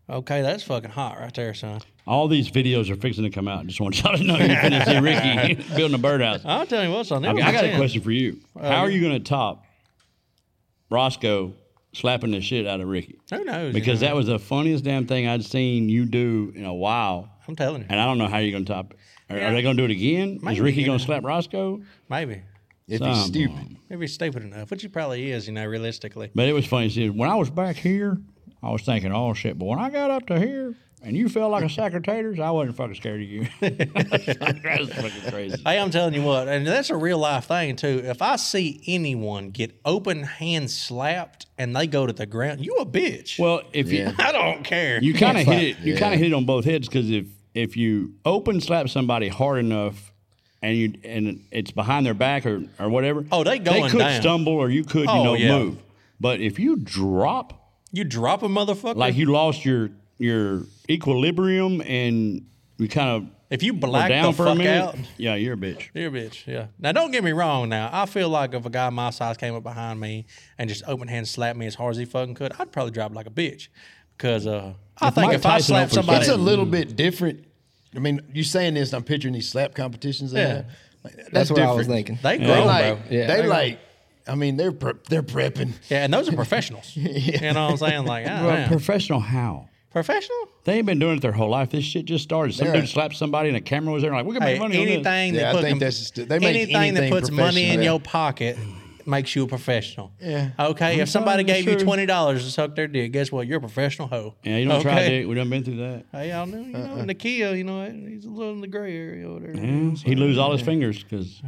S1: Okay, that's fucking hot right there, son.
S3: All these videos are fixing to come out. Just want y'all to know you're going to see <laughs> Ricky building a birdhouse. I,
S1: I'll tell you what, son. I,
S3: I got a question for you. How are you going to top Roscoe slapping the shit out of Ricky?
S1: Who knows? you
S3: Because
S1: know?
S3: that was the funniest damn thing I'd seen you do in a while,
S1: I'm telling you,
S3: and I don't know how you're going to top it. Are, are they going to do it again? Is
S1: Maybe,
S3: Ricky
S1: yeah.
S3: going to slap Roscoe?
S1: maybe.
S4: if
S3: Some
S4: he's stupid.
S1: Maybe he's stupid enough, which he probably is, you know, realistically.
S3: But it was funny. See, when I was back here, I was thinking, oh shit. But when I got up to here and you felt like a sack of taters, I wasn't fucking scared of you. <laughs> That's fucking crazy.
S1: Hey, I'm telling you what, and that's a real life thing too. If I see anyone get open hand slapped and they go to the ground, you a bitch.
S3: Well, if
S1: <laughs> I don't care.
S3: you you kind of
S4: Can't
S3: hit it,
S4: slap.
S3: you kind
S4: Yeah.
S3: of hit it on both heads because if if you open slap somebody hard enough. And you and it's behind their back or, or whatever.
S1: Oh, they
S3: They
S1: going
S3: could
S1: down.
S3: stumble or you could you
S1: Oh,
S3: know
S1: yeah.
S3: move. But if you drop
S1: you drop a motherfucker.
S3: like you lost your your equilibrium and you kind of
S1: if you
S3: were
S1: black the
S3: down for a
S1: fuck
S3: minute,
S1: out,
S3: yeah, you're a bitch.
S1: you're a bitch. Yeah. Now don't get me wrong. Now I feel like if a guy my size came up behind me and just open hand slapped me as hard as he fucking could, I'd probably drop like a bitch because uh, I think
S3: Mike
S1: if
S3: Tyson
S1: I slap
S3: opened
S1: somebody,
S4: It's a little bit different. I mean, you saying this, I'm picturing these slap competitions. They
S1: Yeah.
S4: have. Like, that's,
S2: That's what I was
S4: different.
S2: thinking.
S1: they
S4: They
S1: grown, bro.
S4: like,
S2: Yeah.
S4: they
S2: They-
S4: like. I mean, they're pre- they're prepping.
S1: Yeah, and those are
S4: <laughs>
S1: professionals. You know what I'm saying? Like, ah,
S3: Well,
S1: man.
S3: professional how?
S1: professional.
S3: They ain't been doing it their whole life. This shit just started. Some
S4: They're-
S3: dude slapped somebody and a camera was there. Like, we can make
S1: Hey,
S3: money on this.
S1: anything
S4: Yeah, I
S1: that put-
S4: think that's just- they make
S1: anything, that
S4: anything
S1: puts money in
S4: professional.
S1: your pocket makes you a professional.
S4: Yeah.
S1: Okay. if somebody
S3: telling you
S1: gave
S3: the
S1: you
S3: truth.
S1: twenty dollars to suck their dick, guess what? You're a professional hoe.
S3: Yeah, you don't try
S1: Okay?
S3: dick. We done been through that.
S1: Hey, I know. You know,
S3: Uh-uh.
S1: Nakia, you know, he's a little in the gray area over there.
S3: He'd lose all his fingers <laughs> because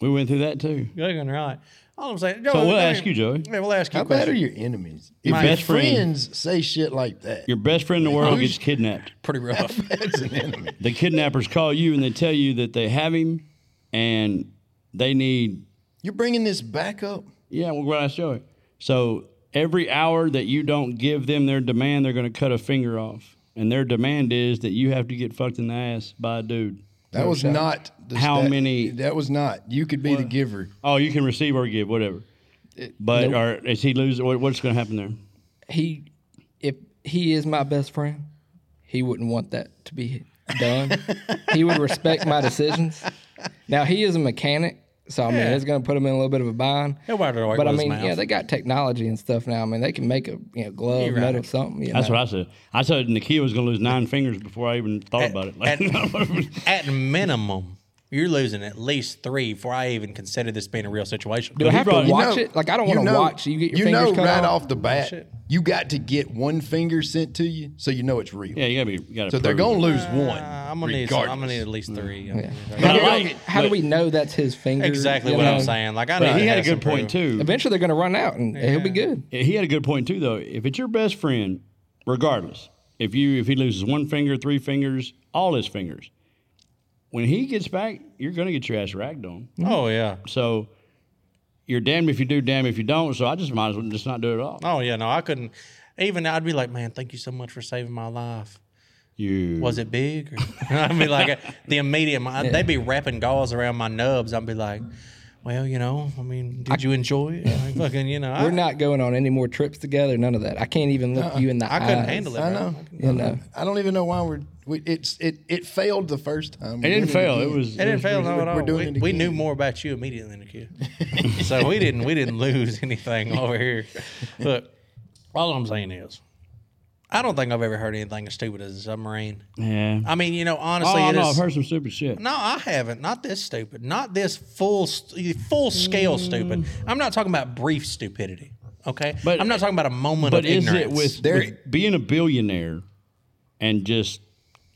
S3: we went through that too.
S1: Good right. All I'm saying.
S3: So
S1: Joey,
S3: we'll
S1: I
S3: ask
S1: mean-
S3: you, Joey.
S1: Yeah, we'll ask you. a
S4: How bad
S1: question.
S4: are your enemies? If
S3: My
S4: your
S3: best friend.
S4: friends say shit like that, <laughs>
S3: Your best friend in the world
S4: Who's-
S3: gets kidnapped.
S4: <laughs>
S1: Pretty rough.
S4: that's an enemy.
S3: The kidnappers call you and they tell you that they have him and they need
S4: You're bringing this back up.
S3: Yeah, we're going to show it. So every hour that you don't give them their demand, they're going to cut a finger off. And their demand is that you have to get fucked in the ass by a dude.
S4: That was not. The,
S3: How
S4: that-
S3: many-
S4: That was not. You could be the giver.
S3: Oh, you can receive or give, whatever. But or is he lose? What, what's going to happen there?
S2: He, if he is my best friend, he wouldn't want that to be
S1: <laughs>
S2: done. he would respect my decisions. Now he is a mechanic, so I mean
S1: Yeah.
S2: it's going to put him in a little bit of a bind.
S1: He'll wipe it away
S2: But I
S1: with his
S2: mean, yeah,
S1: mouth.
S2: they got technology and stuff now. I mean, they can make a you know glove,
S1: You're right.
S2: metal, something. You
S3: That's
S2: know.
S3: what I said. I said Nikia was going to lose nine fingers before I even thought about it. Like,
S1: At minimum, You're losing at least three before I even consider this being a real situation.
S2: Do I have to
S3: brought- You
S2: watch it? Like I don't
S4: you
S2: want to
S4: know-
S2: watch. You get your
S4: you
S2: fingers
S4: know
S2: cut
S4: right
S2: off.
S4: off the bat, you got to get one finger sent to you so you know it's
S3: <laughs>
S4: real.
S3: Yeah, you gotta be. You gotta
S4: So they're
S3: prove
S4: gonna
S3: it.
S4: lose one.
S1: Uh, I'm gonna need. Some, I'm gonna
S4: regardless.
S1: need at least three.
S3: But I
S2: How do
S3: like
S2: we-
S3: it,
S2: How do
S3: but-
S2: we know that's his finger?
S1: Exactly
S2: you
S1: what I'm
S2: know?
S1: saying. Like I know
S3: But he
S1: it
S3: had a
S1: has
S3: good
S1: some
S3: point
S1: proof.
S3: too.
S2: Eventually, they're gonna run out, and he'll be good.
S3: He had a good point too, though. If it's your best friend, regardless, if you if he loses one finger, three fingers, all his fingers, when he gets back, you're gonna get your ass ragged on.
S1: Oh yeah.
S3: So you're damned if you do, damned if you don't. So I just might as well just not do it at all.
S1: Oh yeah. No, I couldn't. Even I'd be like, man, thank you so much for saving my life.
S3: You
S1: Was it big? Or, <laughs> I'd be like, the immediate. My, They'd be wrapping gauze around my nubs. I'd be like, well, you know, I mean, did you enjoy it? Like, fucking, you know, I,
S2: We're not going on any more trips together. None of that. I can't even look you in the
S1: Uh-uh. I
S2: eyes.
S1: couldn't handle it.
S4: I
S1: bro.
S4: know.
S2: You know,
S4: I don't even know why we're we, it's it it failed the first time.
S3: it didn't fail. It was.
S1: It didn't fail no, at all.
S4: we're doing
S1: we,
S4: it
S1: we knew
S4: again.
S1: more about you immediately than the kid, so we didn't we didn't lose <laughs> anything over here. Look, all I'm saying is, I don't think I've ever heard anything as stupid as a submarine.
S3: Yeah.
S1: I mean, you know, honestly,
S3: Oh
S1: it
S3: no,
S1: is-
S3: I've heard some stupid shit.
S1: no, I haven't. Not this stupid. Not this full st- full scale
S3: Mm.
S1: stupid. I'm not talking about brief stupidity. Okay,
S3: But-
S1: I'm not talking about a moment
S3: But
S1: of
S3: is
S1: ignorance.
S3: it with,
S4: There-
S3: with being a billionaire and just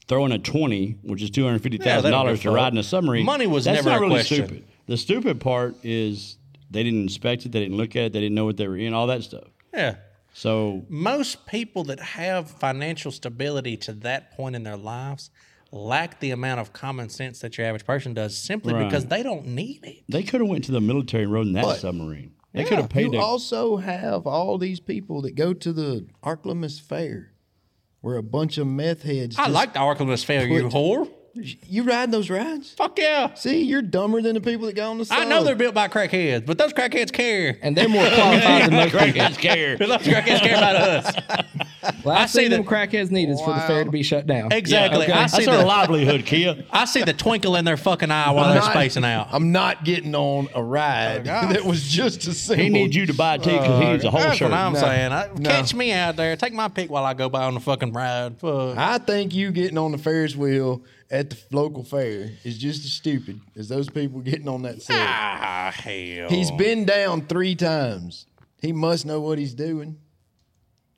S3: throwing a twenty, which is two hundred fifty thousand
S1: Yeah, they don't
S3: dollars
S1: give a
S3: to
S1: fuck.
S3: riding a submarine?
S1: Money was
S3: that's
S1: never
S3: not
S1: a
S3: really
S1: question.
S3: stupid. The stupid part is they didn't inspect it, they didn't look at it, they didn't know what they were in, all that stuff.
S1: yeah.
S3: So
S1: most people that have financial stability to that point in their lives lack the amount of common sense that your average person does simply
S3: Right.
S1: because they don't need it.
S3: they could have went to the military and rode in that
S4: But-
S3: submarine. They could have paid.
S4: You
S3: that. <laughs>
S4: also have all these people that go to the Arklamas Fair, where a bunch of meth heads.
S1: I
S4: just-
S1: like the Archelaus failure, you
S4: put-
S1: whore.
S4: you ride those rides.
S1: Fuck yeah.
S4: See, you're dumber than the people that go on the. Sub.
S1: I know they're built by crackheads, but those crackheads care.
S2: and they're more qualified than most people.
S1: <laughs>
S3: That's scared.
S1: Those crackheads care about
S3: <laughs>
S1: us.
S2: Last I
S1: see
S2: thing them
S1: that-
S2: crackheads need is for the fair to be shut down.
S1: Exactly.
S2: Yeah, okay.
S1: I see
S3: That's our
S1: the <laughs>
S3: livelihood, Kia.
S1: I see the twinkle in their fucking eye while they're
S4: not-
S1: spacing out.
S4: I'm not getting on a ride <laughs> that was just a single.
S3: He needs you to buy a tee because he needs a whole
S1: That's
S3: shirt.
S1: what I'm saying. I,
S4: No.
S1: Catch me out there. Take my pick while I go by on the fucking ride. Fuck.
S4: I think you getting on the Ferris wheel at the local fair is just as stupid as those people getting on that. Set.
S1: Ah, hell.
S4: He's been down three times. He must know what he's doing.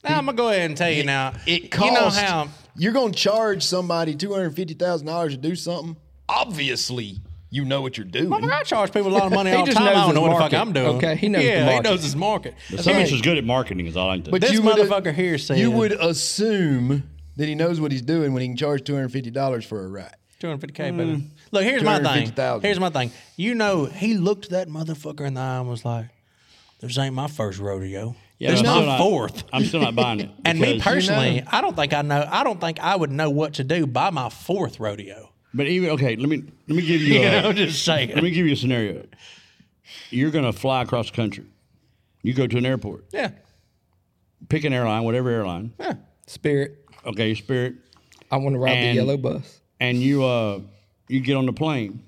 S1: Now, I'm gonna go ahead and tell you now.
S4: It
S1: You
S4: costs.
S1: know how
S4: you're gonna charge somebody two hundred fifty thousand dollars to do something. Obviously, you know what you're doing.
S1: I charge people a lot of
S2: <laughs>
S1: money all the
S2: just
S1: time. I
S2: knows
S1: don't know
S2: his
S1: what the fuck
S2: market,
S1: I'm doing.
S2: okay? He knows
S1: Yeah,
S2: the
S1: he
S2: market.
S1: knows his market.
S3: Somebody's just good at marketing is all I can
S4: But
S3: do.
S1: This
S4: you would-
S1: motherfucker here said
S4: You would assume that he knows what he's doing when he can charge two hundred fifty dollars for a ride.
S2: mm,
S1: 250k, baby. Look, here's my thing.
S4: 250,000.
S1: Here's my thing. You know, he looked that motherfucker in the eye and was like, "This ain't my first rodeo.
S3: Yeah,
S1: this
S3: but I'm
S1: my
S3: still not-
S1: fourth.
S3: I'm still not buying it.
S1: And me
S3: because-
S1: personally, I don't think I know. I don't think I would know what to do by my fourth rodeo.
S3: But even okay, let me let me give
S1: <laughs>
S3: you.
S1: You
S3: a-
S1: know, I'm just
S3: Let
S1: saying.
S3: me give you a scenario. You're going to fly across the country. You go to an airport,
S1: Yeah.
S3: pick an airline, whatever airline.
S2: Spirit,
S3: Okay, Spirit,
S2: I want to ride
S3: And-
S2: the yellow bus.
S3: and you uh you get on the plane.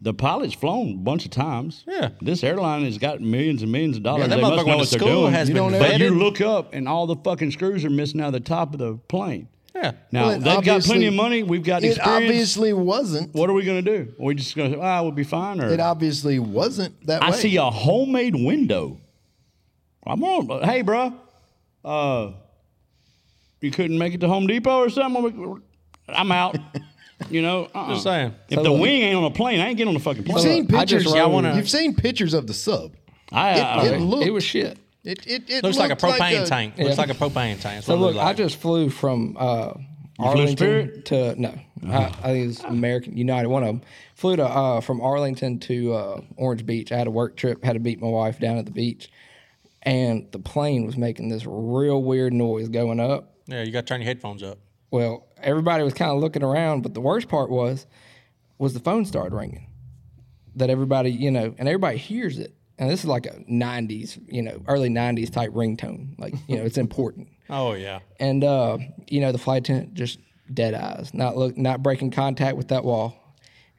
S3: The pilot's flown a bunch of times.
S1: Yeah.
S3: This airline has got millions and millions of dollars.
S1: that
S3: they
S1: motherfucker
S3: must know
S1: went
S3: what
S1: to
S3: they're
S1: school,
S3: doing.
S1: has
S4: You been don't know.
S3: but you
S1: vetted.
S3: look up and all the fucking screws are missing out of the top of the plane.
S1: Yeah.
S3: Now
S4: Well, it
S3: they've got plenty of
S4: obviously-
S3: money. We've got
S4: It
S3: experience.
S4: obviously wasn't.
S3: what are we gonna do? Are we just gonna say, ah, we'll be fine or
S4: It obviously wasn't that
S3: I
S4: way.
S3: see a homemade window. I'm on. Hey, bro. Uh, you couldn't make it to Home Depot or something? I'm
S1: <laughs>
S3: out. You know, uh-uh.
S1: Just saying.
S3: If the wing ain't on a plane, I ain't getting on the fucking plane.
S4: You've seen
S2: I just
S4: pictures.
S2: rode- Yeah, I
S1: wanna-
S4: You've seen pictures of the sub.
S3: I, I-
S4: It looked.
S2: It was shit.
S4: It, it, it
S1: Looks like a
S4: looked
S1: propane
S4: a-
S1: tank. Looks like a propane tank.
S2: So look, I just flew from uh, Arlington
S3: Spirit?
S2: to no, I, I think it's American United. One of them flew to uh, from Arlington to uh, Orange Beach. I had a work trip. Had to beat my wife down at the beach, and the plane was making this real weird noise going up.
S1: yeah, you got to turn your headphones up.
S2: Well, everybody was kind of looking around, but the worst part was was the phone started ringing. That everybody, you know, and everybody hears it. And this is like a 90s, you know, early 90s type ringtone. Like, you know, it's important.
S1: Oh yeah.
S2: And uh, you know, the flight attendant just dead eyes, not look, not breaking contact with that wall.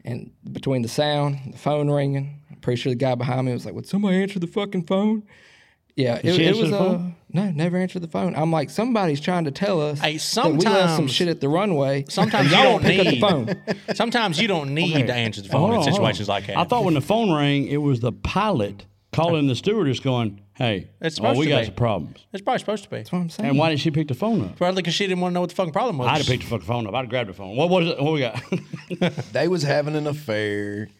S2: And between the sound, the phone ringing, I'm pretty sure the guy behind me was like, "Would somebody answer the fucking phone?" Yeah,
S3: Did
S2: it,
S3: she
S2: it
S3: answer
S2: was
S3: the
S2: uh,
S3: phone?
S2: no, never answered the phone. I'm like, somebody's trying to tell us
S1: Hey,
S2: that we left some
S1: sometimes-
S2: shit at the runway.
S1: Sometimes
S2: and
S1: you
S2: y'all
S1: don't
S2: won't pick
S1: need.
S2: up the
S1: <laughs>
S2: phone.
S1: Sometimes you don't need to answer the
S3: Hold
S1: phone in
S3: on, hold on.
S1: situations like that.
S3: I thought when the phone rang, it was the pilot calling the stewardess, going, "Hey,
S1: It's
S3: oh,
S1: supposed
S3: we
S1: to
S3: got
S1: be.
S3: some problems."
S1: it's probably supposed to be.
S2: That's what I'm saying.
S3: And why did she pick the phone up?
S1: Probably because she didn't want to know what the fucking problem was.
S3: I'd have picked the fucking phone up. I'd have grabbed the phone. What was it? What we got? <laughs>
S4: They was having an affair.
S3: he-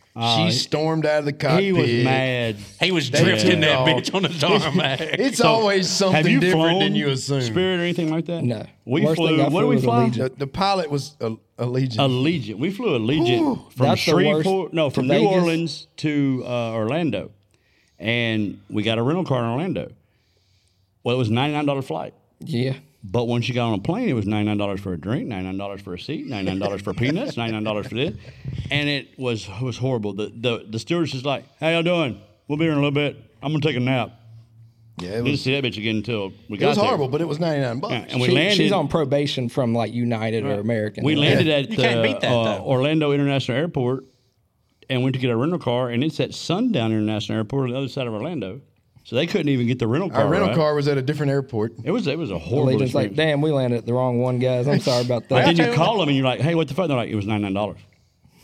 S4: she stormed out of the cockpit.
S3: he was mad.
S1: He was drifting
S4: Yeah.
S1: that bitch on the tarmac.
S4: It's always something
S3: Have you
S4: different
S3: flown
S4: than you assume.
S3: Spirit or anything like that?
S2: No.
S3: We
S2: Worst
S3: flew.
S2: thing I
S3: What
S2: flew
S3: did we
S2: was
S3: fly?
S2: Allegiant.
S4: The, the pilot was a, a legion.
S3: Allegiant. We flew Allegiant
S4: Ooh,
S3: from
S2: that's the worst.
S3: Shreveport, no,
S2: To
S3: from New
S2: Vegas?
S3: Orleans to uh, Orlando, and we got a rental car in Orlando. Well, it was ninety nine dollar flight,
S2: Yeah,
S3: but once you got on a plane, it was ninety nine dollars for a drink, ninety nine dollars for a seat, ninety nine dollars for peanuts, ninety nine dollars for this, and it was it was horrible. The the the stewardess is like, "How y'all doing? We'll be here in a little bit. I'm gonna take a nap."
S4: yeah, it
S3: We didn't
S4: was,
S3: see that bitch again until we
S4: it
S3: got
S4: was
S3: there.
S4: horrible, but it was 99 bucks.
S3: Yeah, and we
S2: She-
S3: landed.
S2: she's on probation from like United or American.
S3: We landed
S4: Yeah.
S3: at
S1: You can't
S3: uh,
S1: beat that,
S3: uh,
S1: though.
S3: Orlando International Airport and went to get our rental car, and it's at Sundown International Airport on the other side of Orlando, so they couldn't even get the rental car.
S4: Our rental
S3: right.
S4: car was at a different airport.
S3: It was it was a horrible
S2: Allegiant's
S3: experience.
S2: like, damn, we landed at the wrong one, guys. I'm sorry
S3: <laughs>
S2: about
S3: But
S2: that.
S3: then you call them and you're like, hey, what the fuck? They're like, it was ninety nine dollars.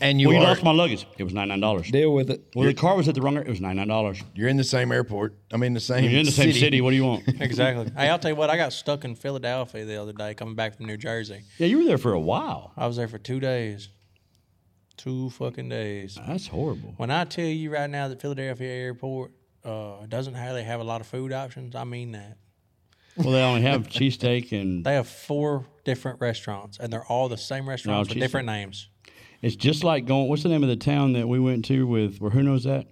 S4: And you
S3: Well, you
S4: are,
S3: lost my luggage. It was ninety nine dollars.
S2: Deal with it.
S3: Well, the car was at the wrong. It was ninety nine dollars.
S4: you're in the same airport. I mean, the same
S3: You're in the same city. What do you want?
S1: <laughs>
S3: <laughs>
S1: exactly. Hey, I'll tell you what. I got stuck in Philadelphia the other day coming back from New Jersey.
S3: yeah, you were there for a while.
S1: I was there for two days. Two fucking days.
S3: That's horrible.
S1: When I tell you right now that Philadelphia Airport uh, doesn't really have a lot of food options, I mean that.
S3: Well, they only have cheesesteak and
S1: They have four different restaurants, and they're all the same restaurants with
S3: geez.
S1: different names.
S3: It's just like going. What's the name of the town that we went to with where who knows that?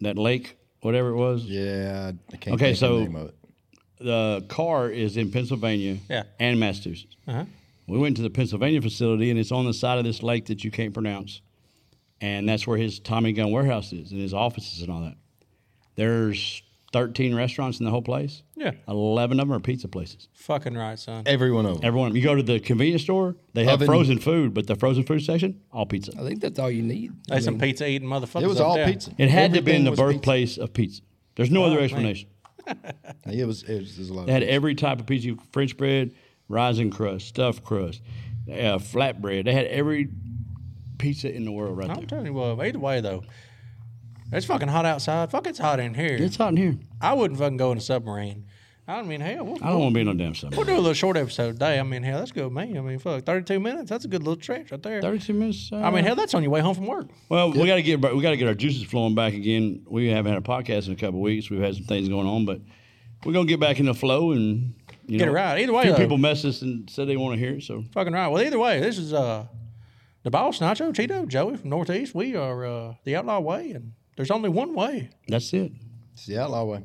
S3: That lake, whatever it was.
S4: Yeah, I can't
S3: Okay,
S4: think
S3: so-
S4: of the name of it.
S3: The car is in Pennsylvania.
S1: Yeah.
S3: And Massachusetts.
S1: Uh-huh.
S3: We went to the Pennsylvania facility, and it's on the side of this lake that you can't pronounce, and that's where his Tommy Gun warehouse is and his offices and all that. There's 13 restaurants in the whole place.
S1: Yeah.
S3: 11 of them are pizza places.
S1: Fucking right, son.
S4: Every one of them.
S3: Everyone, you go to the convenience store, they have
S4: Oven.
S3: frozen food, but the frozen food section, all pizza.
S2: I think that's all you need.
S1: They some pizza eating motherfuckers.
S4: it was
S1: up
S4: all
S1: there.
S4: pizza.
S3: It had to be in
S4: Everything
S3: the
S4: was pizza.
S3: birthplace of pizza. There's no other
S1: Oh, man.
S3: explanation.
S4: Yeah, it was. It was, it was a lot.
S3: They
S4: of
S3: had
S4: pizza.
S3: every type of pizza: French bread, rising crust, stuffed crust, uh, flatbread. They had every pizza in the world right
S1: I'm
S3: there.
S1: telling you what. Either way, though, it's fucking hot outside. Fuck, it's hot in here.
S3: It's hot in here.
S1: I wouldn't fucking go in a submarine. I don't mean hell. We'll,
S3: I don't want to be in no damn summer.
S1: we'll do a little short episode today. I mean hell, that's good, man. I mean fuck, thirty-two minutes. That's a good little stretch right there.
S3: Thirty-two minutes. Uh,
S1: I mean hell, that's on your way home from work.
S3: well, we got to get we got to get our juices flowing back again. We haven't had a podcast in a couple of weeks. We've had some things going on, but we're gonna get back in the flow and you
S1: Get
S3: know,
S1: it right. Either way,
S3: A few
S1: though.
S3: people messed us and said they want to hear it, so
S1: Fucking right. Well, either way, this is uh the boss, Nacho, Cheeto, Joey from Northeast. We are uh, the Outlaw Way, and there's only one way.
S3: that's it.
S4: It's the outlaw way.